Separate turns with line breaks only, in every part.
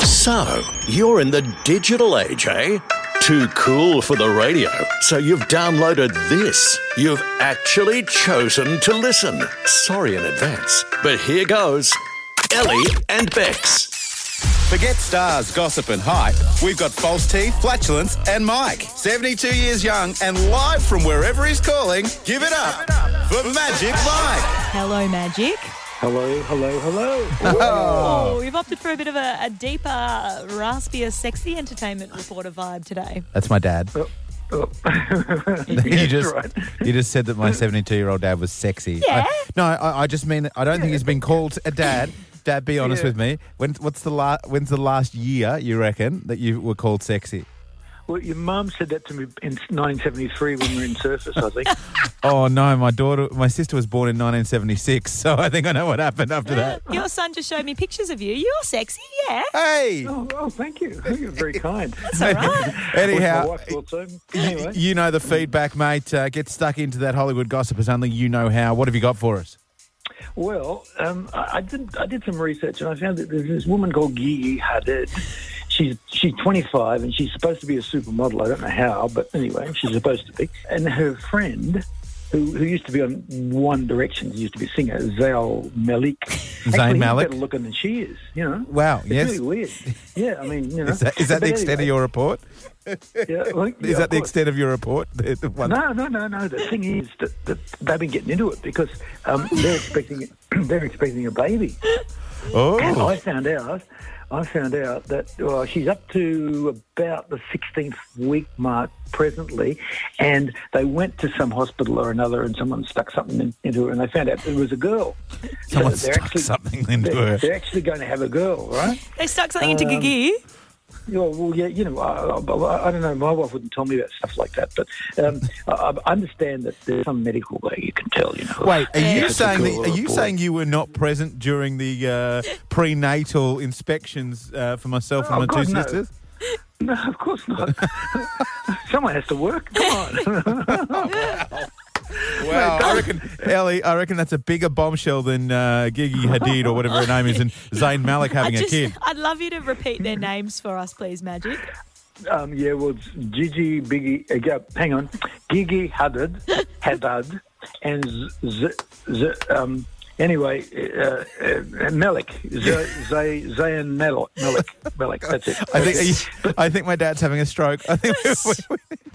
So, you're in the digital age, eh? Too cool for the radio. So, you've downloaded this. You've actually chosen to listen. Sorry in advance. But here goes Ellie and Bex.
Forget stars, gossip, and hype. We've got False Teeth, Flatulence, and Mike. 72 years young and live from wherever he's calling. Give it up for Magic Mike.
Hello, Magic.
Hello, hello, hello.
Oh, you've opted for a bit of a, a deeper, raspier, sexy entertainment reporter vibe today.
That's my dad. you just
right.
you just said that my 72 year old dad was sexy.
Yeah.
I, no, I, I just mean I don't think he's been called a dad. Dad, be honest with me. When what's the la- when's the last year you reckon that you were called sexy?
Well, your mum said that to me in 1973 when we were in Surface, I think.
Oh no, my daughter, my sister was born in 1976, so I think I know what happened after that.
Your son just showed me pictures of you. You're sexy, yeah.
Hey,
oh, oh, thank you. You're very kind.
That's all right.
My
anyhow,
wife thought so. Anyway.
you know the feedback, mate. Uh, get stuck into that Hollywood gossip as only you know how. What have you got for us?
Well, um, I, I did. I did some research, and I found that there's this woman called Gigi Hadid. She's she's 25, and she's supposed to be a supermodel. I don't know how, but anyway, she's supposed to be. And her friend, who, who used to be on One Direction, used to be a singer, Zayn Malik. Zayn
Malik?
better looking than she is. You know.
Wow,
It's
yes.
Really weird. Yeah, I mean, you know.
Is that, is that
But
the extent
anyway,
of your report?
Yeah, well, yeah,
Is
of
that the
course.
extent of your report? The- the one-
No, no, no, no. The thing is that, that they've been getting into it because um, they're expecting they're expecting a baby. And
Oh,
I found out, I found out that well, she's up to about the 16th week mark presently, and they went to some hospital or another, and someone stuck something in, into her, and they found out it was a girl.
Someone
they're
stuck something into
they're-
her.
They're actually going to have a girl, right?
They stuck something into
Um,
Gigi.
Yeah, well, yeah, you know, I, I, I don't know. My wife wouldn't tell me about stuff like that, but um, I, I understand that there's some medical way you can tell. You know,
wait. Are
if
you
it's a
saying
girl
that,
or
are
a
you
boy.
saying you were not present during the uh, prenatal inspections uh, for myself and
Oh,
my
God,
two
no.
sisters?
No, of course not. Someone has to work. Come on.
Wow, I reckon Ellie. I reckon that's a bigger bombshell than uh, Gigi Hadid or whatever her name is, and Zayn Malik having
I
a kid.
I'd love you to repeat their names for us, please, Magic.
Um, yeah, well, it's Gigi Biggie. Uh, yeah, hang on, Gigi Hadid, Hadad, and Z, Z, um, anyway, uh, uh, Malik, Z, Z, Zayn Malik, Malik, Malik. That's it.
I think. Are you, I think my dad's having a stroke. I think.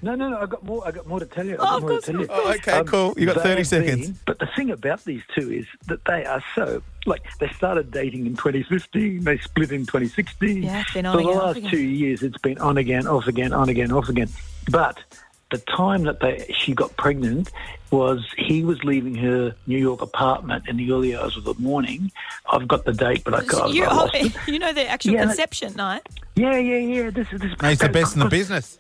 No, no, no. I got more. I got more to tell you. I
Oh,
got
of
more to
course
tell
not.
you. Um,
Oh, okay, cool. You got
they
30
have
seconds.
been- but the thing about these two is that they are so like they started dating in 2015. They split in 2016.
Yeah, it's been on
For
again,
the
off
last
again.
two years, it's been on again, off again, on again, off again. But the time that they she got pregnant was he was leaving her New York apartment in the early hours of the morning. I've got the date, but I can't.
you,
I lost it.
you know the actual
Yeah, that-
conception night.
Yeah, yeah, yeah. This is this.
Mate, he's the
because-
best in the business.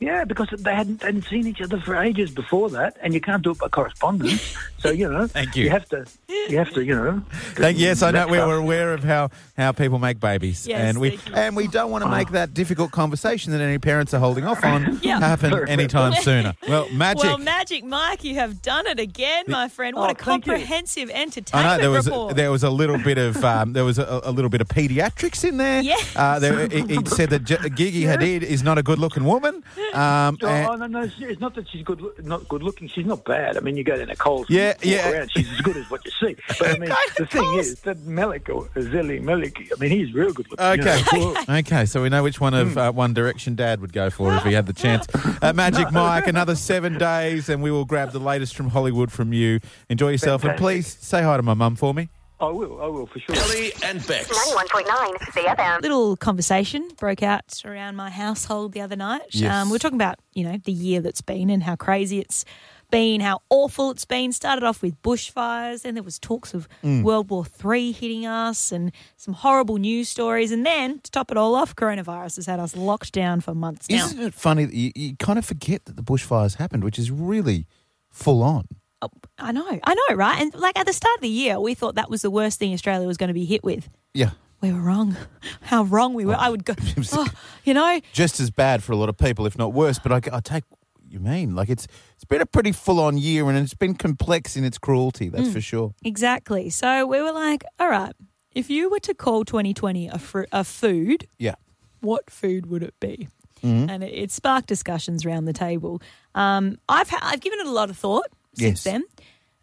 yeah, because they hadn't, they hadn't seen each other for ages before that, and you can't do it by correspondence. so you know,
Thank you.
You have to, you have to, you know.
Thank, yes, I know
that's
we
how-
we're aware of how, how people make babies,
Yes,
and we
thank you.
and we don't want to make that difficult conversation that any parents are holding off on
Yeah.
happen anytime sooner. Well, magic.
Well, Magic Mike, you have done it again, my friend. What
Oh,
a
thank you.
comprehensive
I
entertainment
know there was
report.
there was a little bit of um, there was a, a little bit of pediatrics in there.
Yeah.
uh, there, he, he said that J- Gigi Hadid is not a good-looking woman. Um,
Oh,
and-
oh, no, no, she- it's not that she's good, loo- not good looking. She's not bad. I mean, you go down to Coles,
Yeah,
walk
yeah.
around, she's as good as what you see. But I mean, the thing is that Malik or Zeli Malik, I mean, he's real good looking. you
Okay,
know.
cool. okay. So we know which one of uh, One Direction Dad would go for if he had the chance. Uh, Magic Mike, another seven days, and we will grab the latest from Hollywood from you. Enjoy yourself, and please say hi to my mum for me.
I will, I will for sure.
Ellie and Bex.
91.9 CFM.
little conversation broke out around my household the other night.
Yes.
Um, we were talking about, you know, the year that's been and how crazy it's been, how awful it's been. Started off with bushfires, then there was talks of
Mm.
World War Three hitting us and some horrible news stories. And then to top it all off, coronavirus has had us locked down for months now.
Isn't it funny that you, you kind of forget that the bushfires happened, which is really full on.
Oh, I know, I know, right? And like at the start of the year, we thought that was the worst thing Australia was going to be hit with.
Yeah,
We were wrong. How wrong we were. I would go, oh, you know,
just as bad for a lot of people, if not worse. But I, I take what you mean like it's it's been a pretty full on year, and it's been complex in its cruelty. That's for sure.
Exactly. So we were like, all right, If you were to call 2020 a, fru- a food,
Yeah.
what food would it be?
Mm-hmm.
And it, it sparked discussions round the table. Um, I've ha- I've given it a lot of thought
Yes.
since then,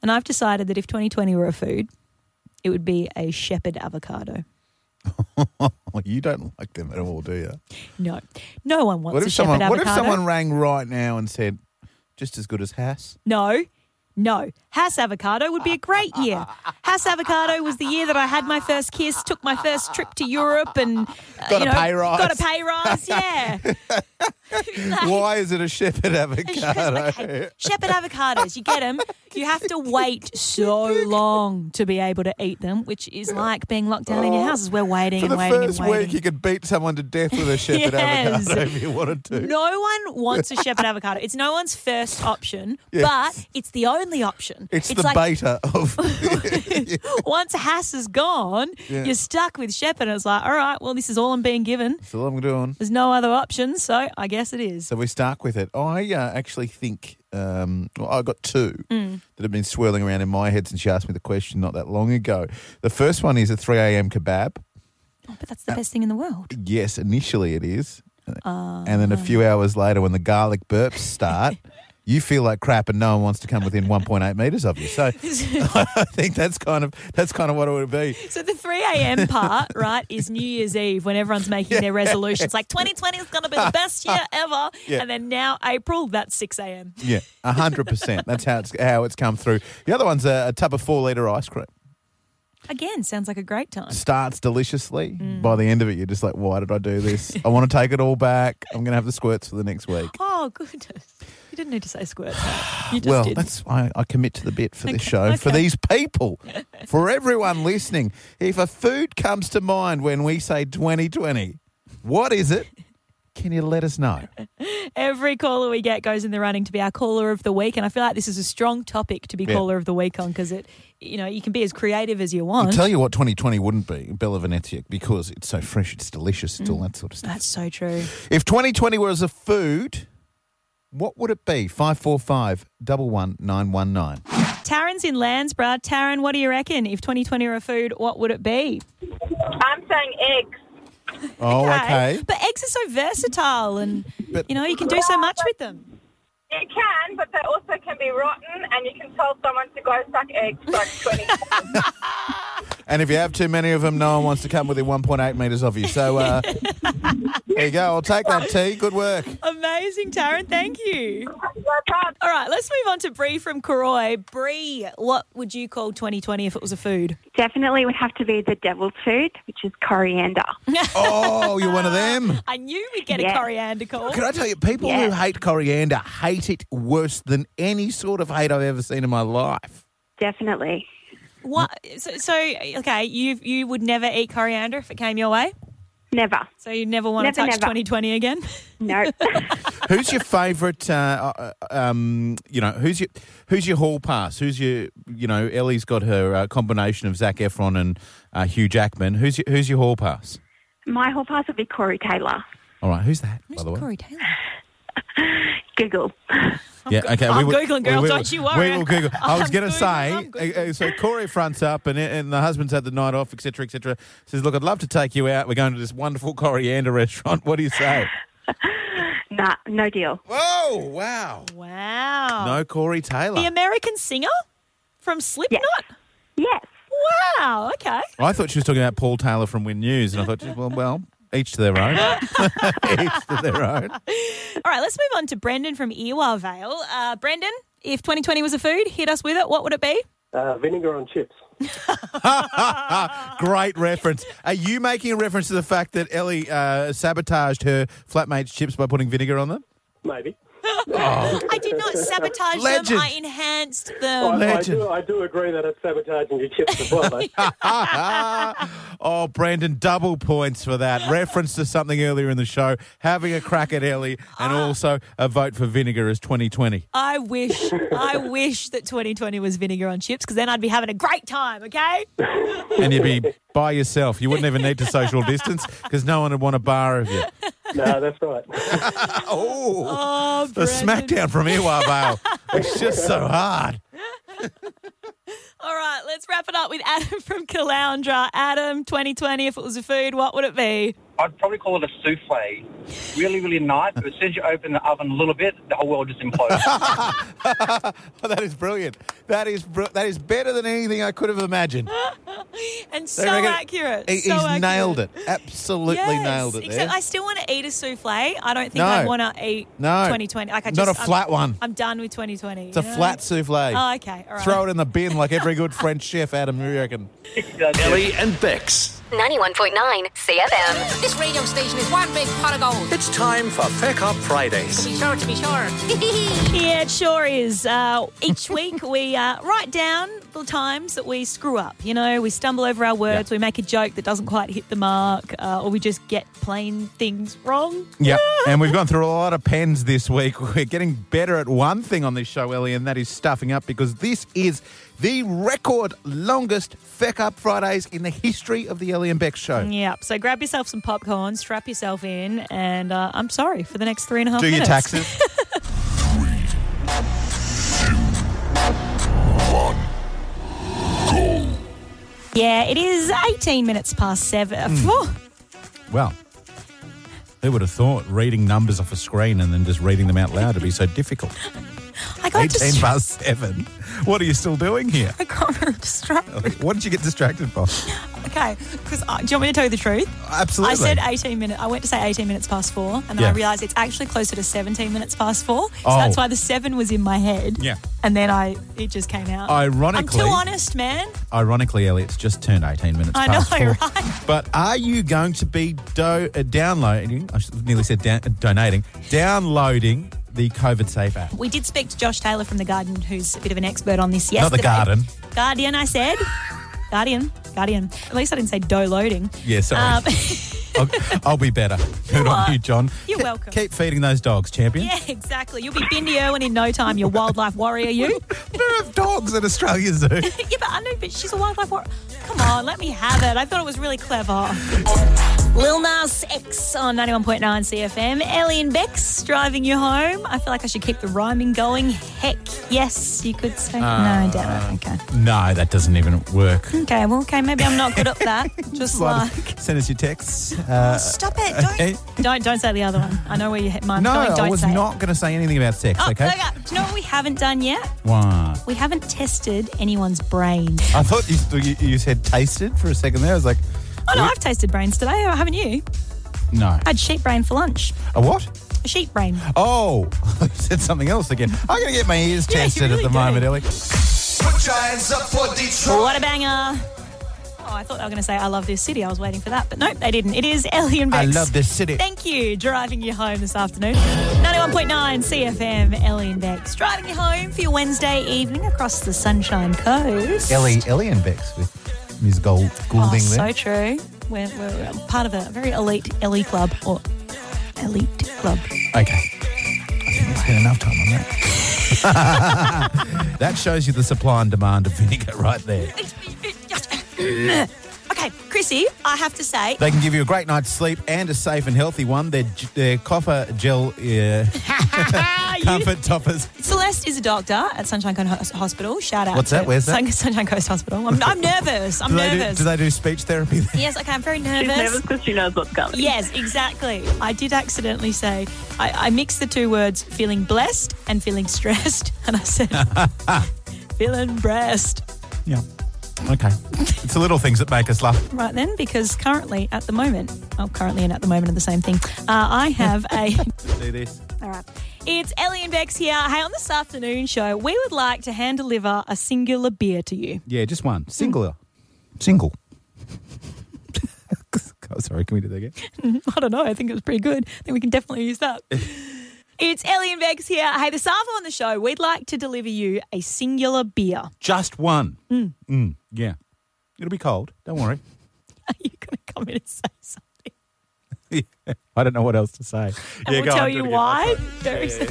and I've decided that if 2020 were a food, it would be a shepherd avocado.
Well, you don't like them at all, do you?
No, no one wants
What
a
if someone?
shepherd
What if
avocado.
someone rang right now and said, "Just as good as Hass"?
No, no. Hass Avocado would be a great year. Hass Avocado was the year that I had my first kiss, took my first trip to Europe, and uh,
Got a
you know,
pay rise.
Got a pay rise. Yeah. Like-
Why is it a shepherd
It's
avocado?
just like, hey, Shepherd avocados, you get them. You have to wait so long to be able to eat them, which is like being locked down in your houses. We're waiting
For
and
the
waiting
first
and waiting.
week, you could beat someone to death with a shepherd
Yes.
avocado if you wanted to.
no one wants a shepherd avocado. It's no one's first option, but it's the only option.
It's, the
like
beta of.
once Hass is gone,
Yeah.
you're stuck with shepherd. And it's like, all right, well, this is all I'm being given.
That's all I'm doing.
There's no other option, so I guess it is.
So we're stuck with it. I uh, actually think um, well, I got two
Mm.
that have been swirling around in my head since you asked me the question not that long ago. The first one is a 3 a.m. kebab.
Oh, But that's the best thing in the world.
Yes, initially it is. and then a few hours later, when the garlic burps start, you feel like crap, and no one wants to come within 1.8 meters of you. So I think that's kind of that's kind of what it would be.
So the 3 a.m. part, right, is New Year's Eve when everyone's making their resolutions. Like 2020 is going to be the best year ever.
Yeah.
And then now April, that's 6 a.m.
Yeah, hundred percent. That's how it's how it's come through. The other one's a, a tub of four liter ice cream.
Again, sounds like a great time.
Starts deliciously. By the end of it, you're just like, why did I do this? I want to take it all back. I'm going to have the squirts for the next week.
Oh, goodness. You didn't need to say squirt. You just
well,
did.
that's I, I commit to the bit for this
Okay,
show, for
okay.
these people, for everyone listening. If a food comes to mind when we say 2020, what is it? Can you let us know?
Every caller we get goes in the running to be our caller of the week, and I feel like this is a strong topic to be
Yeah.
caller of the week on because it, you know, you can be as creative as you
I'll
want.
tell you what 2020 wouldn't be, Bella Venetia, because it's so fresh, it's delicious, it's all
Mm.
that sort of stuff.
That's so true.
If 2020 was a food, what would it be? 545 11919.
Taryn's in Landsborough. Taryn, what do you reckon? If 2020 were a food, what would it be?
I'm saying eggs.
Oh, okay.
But eggs are so versatile, and
But-
you know you can do so much with them.
You can, but they also can be rotten, and you can tell someone to go suck eggs for 20.
And if you have too many of them, no one wants to come within 1.8 metres of you. So uh, there you go. I'll take that tea. Good work.
Amazing, Taryn. Thank you.
That's
All right, let's move on to Bree from Corroy. Bree, what would you call 2020 if it was a food?
Definitely would have to be the devil's food, which is coriander.
Oh, you're one of them.
I knew we'd get
Yeah.
a coriander call.
Can I tell you, people who hate coriander hate it worse than any sort of hate I've ever seen in my life.
Definitely.
What? So, so okay, you you would never eat coriander if it came your way.
Never.
So you never want
Never,
to touch
never.
2020 again.
No.
Who's your favourite? Uh, uh, um, you know, who's your who's your hall pass? Who's your you know? Ellie's got her uh, combination of Zach Efron and uh, Hugh Jackman. Who's your, who's your hall pass?
My whole pass would be Corey Taylor.
All right, who's that? by the way,
Corey Taylor.
Google.
yeah, okay.
I'm Googling, girl, don't you worry.
We will Google. I was
I'm
going to
Googling,
say,
I'm Googling.
uh, uh, so Corey fronts up, and eh, and the husband's had the night off, etc., etc. Says, look, I'd love to take you out. We're going to this wonderful coriander restaurant. What do you say?
Nah, no deal.
Whoa! Wow.
Wow.
No, Corey Taylor.
The American singer from Slipknot.
Yes.
Wow. Okay.
I thought she was talking about Paul Taylor from Win News, and I thought, well, well, each to their own. each to their own.
All right. Let's move on to Brendan from Ewa Vale. Uh, Brendan, if 2020 was a food, hit us with it. What would it be?
Uh, vinegar on chips.
Great reference. Are you making a reference to the fact that Ellie uh, sabotaged her flatmate's chips by putting vinegar on them?
Maybe.
I did not sabotage
Legend. Oh,
them. I enhanced
I,
them.
I,
Legend.
do, I do agree that it's sabotaging your chips as well, though.
Oh, Brandon, double points for that. Reference to something earlier in the show, having a crack at Ellie, and also a vote for vinegar as 2020.
I wish, I wish that 2020 was vinegar on chips because then I'd be having a great time. Okay.
And you'd be by yourself. You wouldn't even need to social distance because no one would want a bar of you.
no, that's right.
Oh.
Oh,
The
Brendan.
smackdown from Ewa Vale. It's just so hard.
All right, let's let's wrap it up with Adam from Caloundra. Adam, 2020, if it was a food, what would it be?
I'd probably call it a souffle. Really, really nice, but as soon as you open the oven a little bit, the whole world just implodes.
Oh, that is brilliant. That is br- that is better than anything I could have imagined.
And
They
Ah, so
reckon-
accurate.
He-
so
he's
accurate.
nailed it. Absolutely
Yes,
nailed it.
Except
there.
I still want to eat a souffle. I don't think
No.
I want to eat
No.
2020. Like I
Not
just,
a flat
I'm,
one.
I'm done with 2020.
it's a flat souffle.
Oh, okay. All right.
Throw it in the bin like every good French chef, Adam. You reckon?
Ellie and Bex.
91.9 CFM.
This radio station is one big pot of gold.
It's time for Feck Up Fridays.
Be sure to be sure.
Yeah, it sure is. Uh, each week we uh, write down the times that we screw up. You know, we stumble over our words, we make a joke that doesn't quite hit the mark, uh, or we just get plain things wrong.
Yeah. and we've gone through a lot of pens this week. We're getting better at one thing on this show, Ellie, and that is stuffing up because this is the record longest feck up Fridays in the history of the Ellie and Beck show.
Yep. So grab yourself some popcorn, strap yourself in, and uh, I'm sorry for the next three and a half
Do your
minutes.
taxes.
Yeah, it is 18 minutes past seven.
Hmm.
Phew.
Well, who would have thought reading numbers off a screen and then just reading them out loud would be so difficult?
I got
18
distracted.
past 7. What are you still doing here?
I got distracted.
What did you get distracted by?
Okay, because uh, do you want me to tell you the truth?
Absolutely.
I said 18 minutes. I went to say 18 minutes past four, and then
Yeah.
I realised it's actually closer to 17 minutes past four. So
Oh.
that's why the seven was in my head.
Yeah.
And then I it just came out.
Ironically-
I'm too honest, man.
Ironically, Elliot's just turned 18 minutes
I
past
know,
four.
right?
But are you going to be do- uh, downloading, I should- nearly said down- donating, downloading the COVID Safe app?
We did speak to Josh Taylor from The Guardian, who's a bit of an expert on this
Not
yesterday.
The Garden.
Guardian, I said. Guardian. Guardian. At least I didn't say Um, dough loading.
Yeah, sorry. I'll, I'll be better. Good on
are.
you, John.
You're
Ke-
welcome.
Keep feeding those dogs, champion.
yeah, exactly. You'll be Bindi Irwin in no time, you wildlife warrior, you.
We don't have dogs at Australia Zoo.
yeah, but I know, but she's a wildlife warrior. Come on, let me have it. I thought it was really clever. Lil Nas X on 91.9 CFM. Ellie and Bex driving you home. I feel like I should keep the rhyming going. Heck, yes, you could say. no,
Uh,
damn it. Okay.
no, that doesn't even work.
Okay, well, okay, maybe I'm not good at that. Just like.
Send us your texts. Uh,
Stop it. Don't, don't, don't say the other one. I know where your head mind
no,
going. Don't
I was
say it.
not going to say anything about sex,
Oh,
okay?
look up. Do you know what we haven't done yet?
Wow.
We haven't tested anyone's brain.
I thought you, you, you said tasted for a second there. I was like,
Oh no, I've tasted brains today. Oh, haven't you?
no.
I had sheep brain for lunch.
A what?
A sheep brain.
Oh, you said something else again. I'm going to get my ears
Yeah, you
tested
really
at the
do.
moment, Ellie.
What a banger! Oh, I thought they were going to say I love this city. I was waiting for that, but nope, they didn't. It is Ellie and
I
Bex.
love this city.
Thank you, driving you home this afternoon. 91.9 CFM, Ellie and Bex, driving you home for your Wednesday evening across the Sunshine Coast.
Ellie, Ellie and Bex with Ms. Gold,
oh,
Goulding
so
there.
true. We're, we're part of a very elite Ellie club or elite club.
Okay. I think it's been enough time on that. that shows you the supply and demand of vinegar right there.
okay, Chrissy, I have to say,
They can give you a great night's sleep and a safe and healthy one. Their, their copper gel uh, comfort toppers.
Celeste is a doctor at Sunshine Coast Hospital. Shout out.
What's that?
to
Where's that?
Sun- Sunshine Coast Hospital. I'm, I'm nervous. I'm
Do they, do,
nervous.
do they do speech therapy? there?
Yes, okay, I'm very nervous.
because she knows what's coming.
Yes, exactly. I did accidentally say, I, I mixed the two words feeling blessed and feeling stressed. And I said, feeling breast.
Yeah. Okay. It's the little things that make us laugh.
Right then, because currently, at the moment, oh, currently and at the moment are the same thing. Uh, I have a.
Do this.
All right. It's Ellie and Bex here. Hey, on this afternoon show, we would like to hand deliver a singular beer to you.
Yeah, just
Hmm.
one. Single. Single. oh, sorry, can we do that again?
I don't know. I think it was pretty good. I think we can definitely use that. it's Ellie and Vex here. Hey, this afternoon on the show, we'd like to deliver you a singular beer.
Just one.
Hmm.
Mm, yeah. It'll be cold. Don't worry.
Are you going to come in and say something?
I don't know what else to say.
And we'll tell you why. Very soon.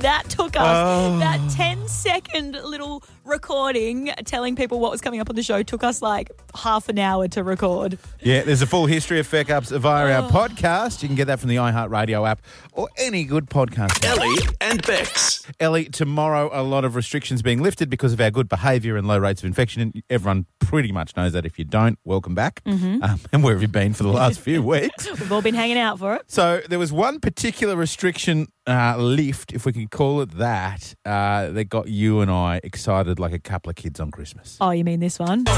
that took us that 10 second little recording, telling people what was coming up on the show took us like half an hour to record.
Yeah, there's a full history of feck ups via
Oh.
our podcast. You can get that from the iHeartRadio app or any good podcast. app.
Ellie and Bex.
Ellie, tomorrow a lot of restrictions being lifted because of our good behaviour and low rates of infection. And everyone pretty much knows that. If you don't, welcome back.
Mhm.
Um, and where have you been for the last few weeks?
We've all been hanging out for it.
So there was one particular restriction uh, lift, if we can call it that, uh, that got you and I excited like a couple of kids on Christmas.
Oh, you mean this one?
Yep.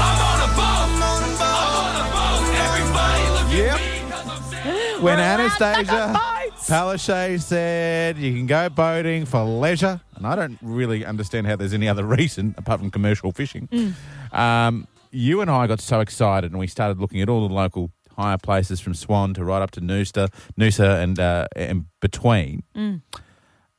When Anastasia Palaszczuk said you can go boating for leisure, and I don't really understand how there's any other reason apart from commercial fishing.
Mm.
Um, you and I got so excited, and we started looking at all the local higher places from Swan to right up to Noosa, Noosa, and uh, and between.
Mm.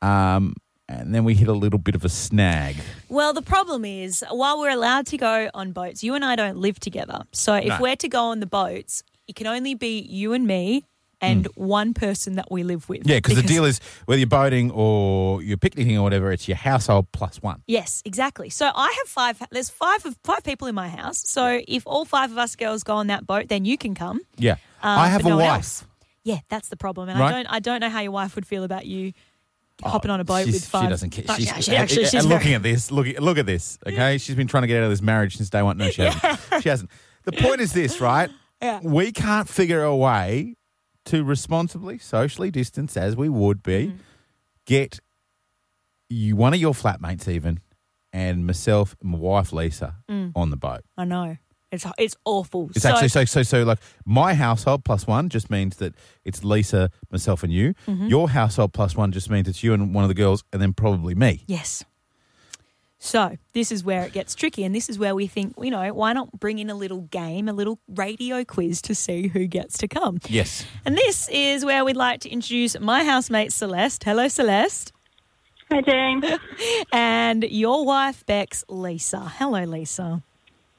Um, and then we hit a little bit of a snag.
Well, the problem is, while we're allowed to go on boats, you and I don't live together. So if
No.
we're to go on the boats, it can only be you and me and one person that we live with.
Hmm. Yeah, because the deal is whether you're boating or you're picnicking or whatever, it's your household plus one.
Yes, exactly. So I have five. There's five of five people in my house. So if all five of us girls go on that boat, then you can come.
Yeah,
Um,
I have
but
a
no one
wife.
else. Yeah, that's the problem, and
Right. Oh,
I don't. I don't know how your wife would feel about you hopping on a boat
She's-
with five.
She doesn't care.
Oh,
She's,
yeah, she actually.
and,
She's
and
very-
looking at this. Look, look at this. Okay, she's been trying to get out of this marriage since day one. No, she hasn't. She hasn't. The point is this, right?
Yeah.
We can't figure a way to responsibly, socially distance as we would be,
Mm-hmm.
get you one of your flatmates even, and myself, and my wife Lisa,
Mm.
on the boat.
I know. It's it's awful.
It's actually so so so like my household plus one just means that it's Lisa, myself, and you.
Mhm.
Your household plus one just means it's you and one of the girls, and then probably me.
Yes. So this is where it gets tricky, and this is where we think, you know, why not bring in a little game, a little radio quiz to see who gets to come?
Yes.
And this is where we'd like to introduce my housemate Celeste. Hello, Celeste.
Hi, Jane.
and your wife Bex, Lisa. Hello, Lisa.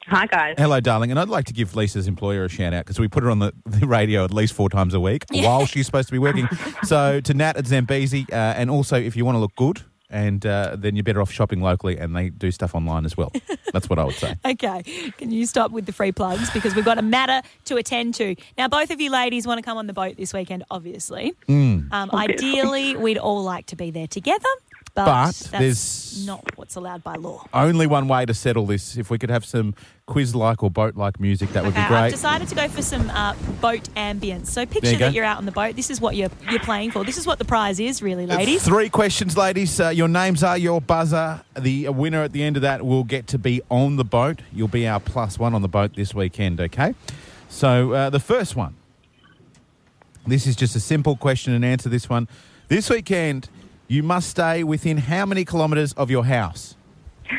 Hi, guys.
Hello, darling. And I'd like to give Lisa's employer a shout out because we put her on the, the radio at least four times a week while she's supposed to be working. so to Nat at Zambezi, uh, and also if you want to look good, and uh, then you're better off shopping locally, and they do stuff online as well. That's what I would say.
Okay, can you stop with the free plugs because we've got a matter to attend to. Now, both of you ladies want to come on the boat this weekend, obviously.
Mm.
Um,
Obviously.
ideally, we'd all like to be there together, but,
But
that's
there's-
not what's allowed by law.
Only one way to settle this. If we could have some quiz like or boat like music, that would be
Okay,
great.
Uh, I've decided to go for some uh, boat ambience. So picture
you go.
that you're out on the boat. This is what you're you're playing for. This is what the prize is, really, ladies.
Three questions, ladies. Uh, your names are your buzzer. The winner at the end of that will get to be on the boat. You'll be our plus one on the boat this weekend, okay? So uh, the first one. This is just a simple question and answer this one. This weekend, you must stay within how many kilometres of your house?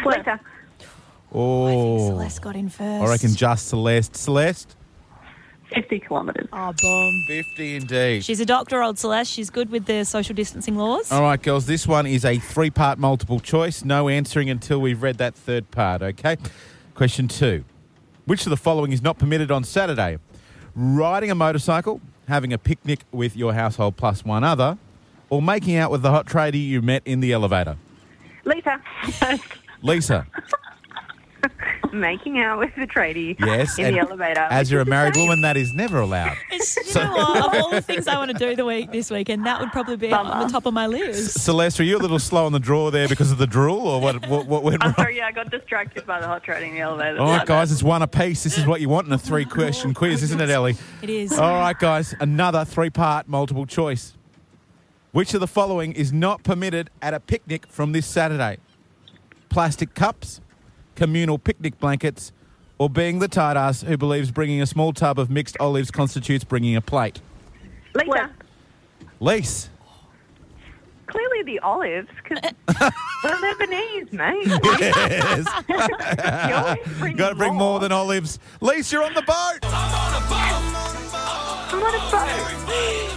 Lisa.
Oh,
Celeste got in first.
I reckon just Celeste. Celeste?
50 kilometres.
Oh, boom.
50 indeed.
She's a doctor, old Celeste. She's good with the social distancing laws.
All right, girls, this one is a three part multiple choice. No answering until we've read that third part, okay? Question two Which of the following is not permitted on Saturday? Riding a motorcycle, having a picnic with your household plus one other, or making out with the hot tradie you met in the elevator?
Lisa.
Lisa,
Making out with the tradie
yes.
in
and
the elevator.
As you're a married woman, that is never allowed.
It's- you know what? Of all the things I want to do the week this weekend, that would probably be on the top of my list.
Celeste, are you a little slow on the draw there because of the drool, or what, what, what went wrong?
I'm sorry, yeah, I got distracted by the hot trading in the elevator.
All right, guys, it's one apiece. This is what you want in a three question quiz, isn't it, Ellie?
It is.
All right, guys, another three part multiple choice. Which of the following is not permitted at a picnic from this Saturday? Plastic cups, communal picnic blankets, or being the tight ass who believes bringing a small tub of mixed olives constitutes bringing a plate?
Lisa.
Lise.
Clearly the olives, because they're Lebanese, mate.
Yes. Got to bring more than olives. Lise, you're on the boat.
I'm on a boat.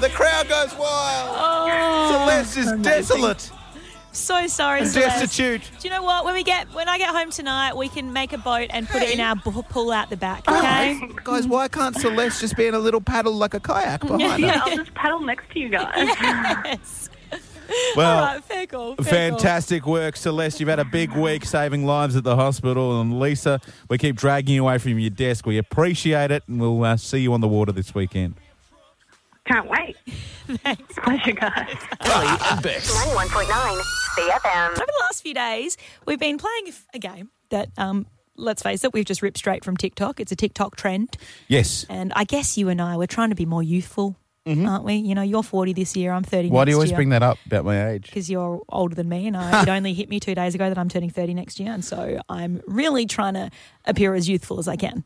The crowd goes wild.
Oh,
Celeste is desolate.
So sorry,
And
Celeste.
destitute.
Do you know what? When we get when I get home tonight, we can make a boat and put it in our bu- pull out the
Oh,
back. Okay,
guys. Why can't Celeste just be in a little paddle like a kayak
yeah, I'll just paddle next to you guys.
Yes.
Well,
All right, fair call. Fair
Fantastic work, Celeste. You've had a big week saving lives at the hospital. And Lisa, we keep dragging you away from your desk. We appreciate it, and we'll uh, see you on the water this weekend.
Can't wait.
Thanks.
Pleasure, guys.
Ellie and Bex.
91.9 CFM.
Over the last few days, we've been playing a f- a game that, um, let's face it, we've just ripped straight from TikTok. It's a TikTok trend.
Yes.
And I guess you and I, we're trying to be more youthful, aren't we? You know, you're 40 this year, I'm 30
Mm-hmm. Why do you always bring that up about my age?
Because you're older than me, and I, it only hit me two days ago that I'm turning 30 next year. And so I'm really trying to appear as youthful as I can,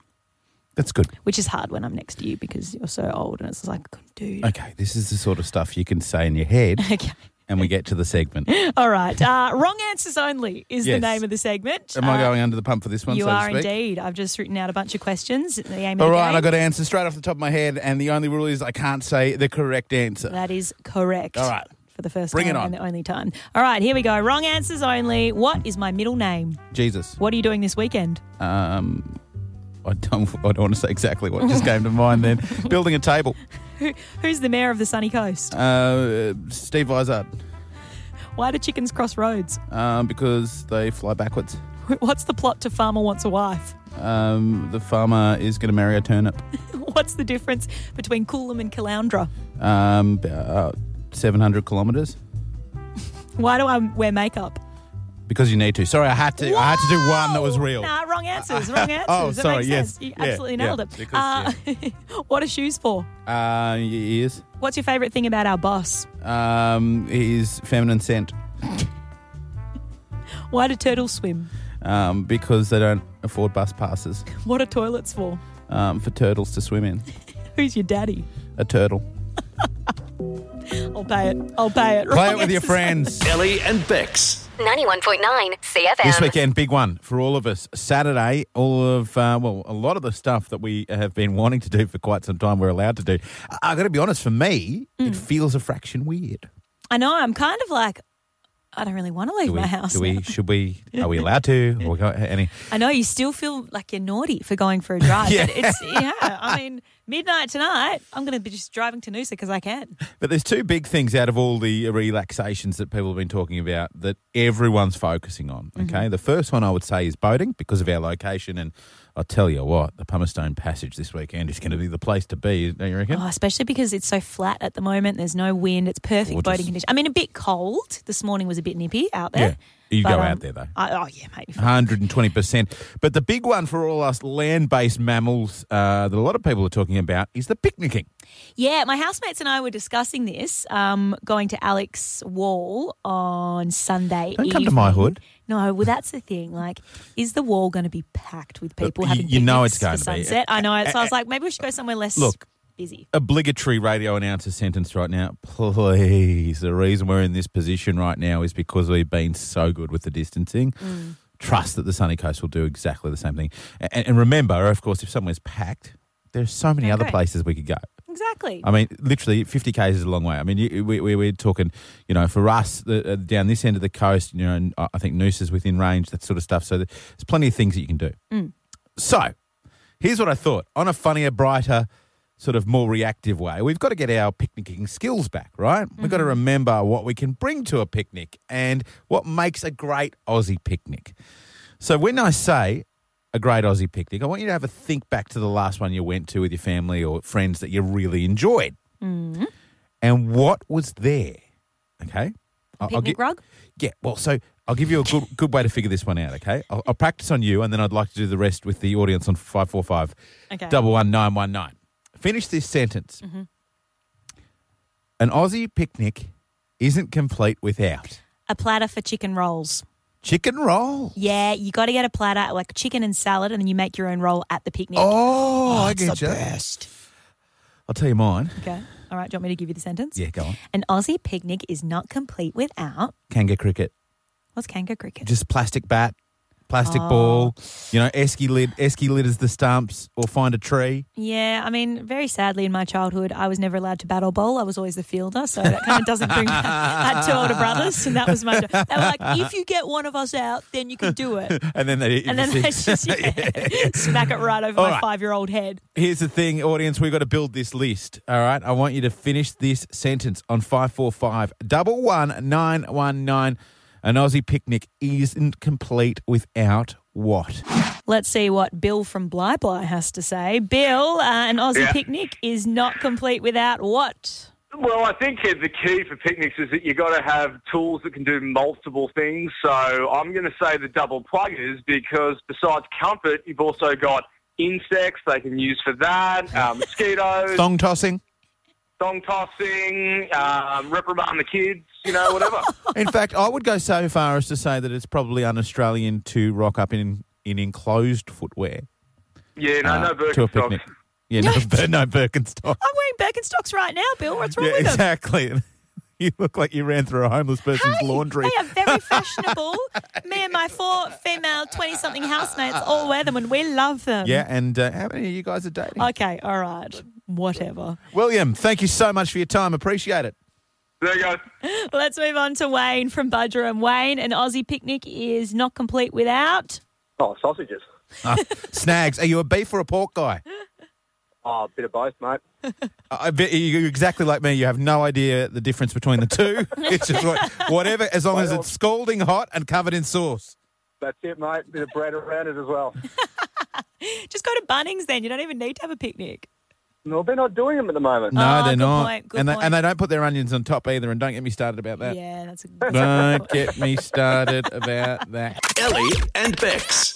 That's good.
which is hard when I'm next to you because you're so old. And it's just like, dude.
Okay, this is the sort of stuff you can say in your head,
Okay.
and we get to the segment.
All right. Uh, wrong answers only is the
Yes.
name of the segment.
Am I
Uh,
going under the pump for this one?
You
so to
are
speak?
indeed. I've just written out a bunch of questions. The aim of
All
the
right,
game.
I got to answer straight off the top of my head, and the only rule is I can't say the correct answer.
That is correct.
All right.
For the first
Bring it
time
on.
and the only time. All right, here we go. Wrong answers only. What is my middle name?
Jesus.
What are you doing this weekend?
Um, I don't. I don't want to say exactly what just came to mind. Then building a table.
Who, who's the mayor of the sunny coast?
Uh, Steve Izard,
Why do chickens cross roads?
um, because they fly backwards.
What's the plot to Farmer Wants a Wife?
Um, the farmer is going to marry a turnip.
What's the difference between Coolam and Caloundra?
Um, about 700 kilometres.
Why do I wear makeup?
Because you need to. Sorry, I had to. I had to do one that was
Whoa!
real.
Nah, wrong answers. Wrong answers.
Oh,
That
sorry,
makes
yes.
sense. You
Yeah,
absolutely
yeah,
nailed it. Uh,
because,
what are shoes for?
Uh, your ears.
What's your favourite thing about our boss?
Um, his feminine scent.
Why do turtles swim?
Um, because they don't afford bus passes
What are toilets for?
um, for turtles to swim in.
Who's your daddy?
A turtle.
I'll pay it. I'll pay it.
Play
Wrong
it with your
answers.
friends.
Ellie and Bex.
91.9 CFM.
This weekend, big one for all of us. Saturday, all of, uh, well, a lot of the stuff that we have been wanting to do for quite some time, we're allowed to do. I, I got to be honest, for me, it feels a fraction weird.
I know. I'm kind of like, I don't really want to leave
Do we,
my house.
do we, should we, are we allowed to? Or we got any?
I know you still feel like you're naughty for going for a drive.
Yeah.
But it's yeah. I mean, midnight tonight, I'm going to be just driving to Noosa because I can.
But there's two big things out of all the relaxations that people have been talking about that everyone's focusing on. Okay.
Mm-hmm.
The first one I would say is boating because of our location. And I'll tell you what, the Pummerstone Passage this weekend is going to be the place to be, don't you reckon?
Oh, especially because it's so flat at the moment. There's no wind. It's perfect
Gorgeous.
boating condition. I mean, a bit cold. This morning was a bit nippy out there.
Yeah. You go
um,
out there, though.
I, oh yeah, mate.
120%. But the big one for all us land based mammals uh, that a lot of people are talking about is the picnicking.
Yeah, my housemates and I were discussing this, um, going to Alex Wall on Sunday.
Don't come to my
evening.
hood.
No, well, that's the thing. Like, is the wall going to be packed with people
you-
having
you know
picnics
it's going
for
to be.
sunset? I know. So I was like, maybe we should go somewhere less
Look.
busy.
Obligatory radio announcer sentence right now. Please, the reason we're in this position right now is because we've been so good with the distancing. Trust that the sunny coast will do exactly the same thing. And, and remember, of course, if somewhere's packed, there's so many other
Okay.
places we could go.
Exactly.
I mean, literally, 50 k's is a long way. I mean, you, we, we, we're talking, you know, for us the, uh, down this end of the coast, you know, and I I think Noosa's within range, that sort of stuff. So there's plenty of things that you can do. So here's what I thought on a funnier, brighter, sort of more reactive way. We've got to get our picnicking skills back, right? We've got to remember what we can bring to a picnic and what makes a great Aussie picnic. So when I say a great Aussie picnic, I want you to have a think back to the last one you went to with your family or friends that you really enjoyed.
Mm-hmm.
And what was there? Okay. I'll- I'll
Picnic
gi-
rug?
Yeah. Well, so I'll give you a good, good way to figure this one out, okay? I'll, I'll practice on you and then I'd like to do the rest with the audience on 545
Okay. Mm-hmm.
11919. Finish this sentence. An Aussie picnic isn't complete without
A platter for chicken rolls.
chicken roll.
Yeah, you got to get a platter, like chicken and salad, and then you make your own roll at the picnic.
Oh, I
it's
get
the
you.
best.
I'll tell you mine.
Okay. All right. Do you want me to give you the sentence?
Yeah, go on.
An Aussie picnic is not complete without
Kanga cricket.
what's kangaroo cricket?
Just plastic bat, plastic
Oh.
ball, you know, esky lid. Esky lid is the stumps, or find a tree.
Yeah, I mean, very sadly, in my childhood, I was never allowed to battle bowl. I was always the fielder, so that kind of doesn't bring I had two older brothers, and that was my. They were like, if you get one of us out, then you can do it.
and then they
And then they just yeah, smack it right over
All
my
right.
five-year-old head.
Here's the thing, audience. We've got to build this list. All right. I want you to finish this sentence on 545 11919. An Aussie picnic isn't complete without what?
Let's see what Bill from Bly Bly has to say. Bill, uh, an Aussie
Yeah.
picnic is not complete without what?
Well, I think uh, the key for picnics is that you got to have tools that can do multiple things. So I'm going to say the double pluggers because besides comfort, you've also got insects they can use for that, uh, mosquitoes,
Thong tossing.
thong tossing, um, reprimand the kids, you know, whatever.
In fact, I would go so far as to say that it's probably un Australian to rock up in, in enclosed footwear
yeah, no,
uh,
no Birkenstocks.
to a picnic. Yeah, no, Bir- no Birkenstock.
I'm wearing Birkenstocks right now, Bill. What's wrong
Yeah,
with them?
exactly. You look like you ran through a homeless person's laundry.
They are very fashionable. Me and my four female 20 something housemates all wear them and we love them.
Yeah, and uh, how many of you guys are dating?
Okay, all right. Whatever.
William, thank you so much for your time. Appreciate it.
There you go.
Let's move on to Wayne from Budgerum. Wayne, an Aussie picnic is not complete without.
Oh, sausages.
Ah, snags, are you a beef or a pork guy? Uh,
Oh, a bit of both, mate.
I bet you're exactly like me. You have no idea the difference between the two. It's just what, whatever, as long as it's scalding hot and covered in sauce.
That's it, mate. Bit of bread around it as well.
Just go to Bunnings then. You don't even need to have a picnic.
No, they're not doing them at the moment.
No,
Oh,
they're
good
not.
point, good
and, they,
point.
and they don't put their onions on top either. And don't get me started about that.
Yeah, that's a
Don't get me started about that.
Ellie and Bex.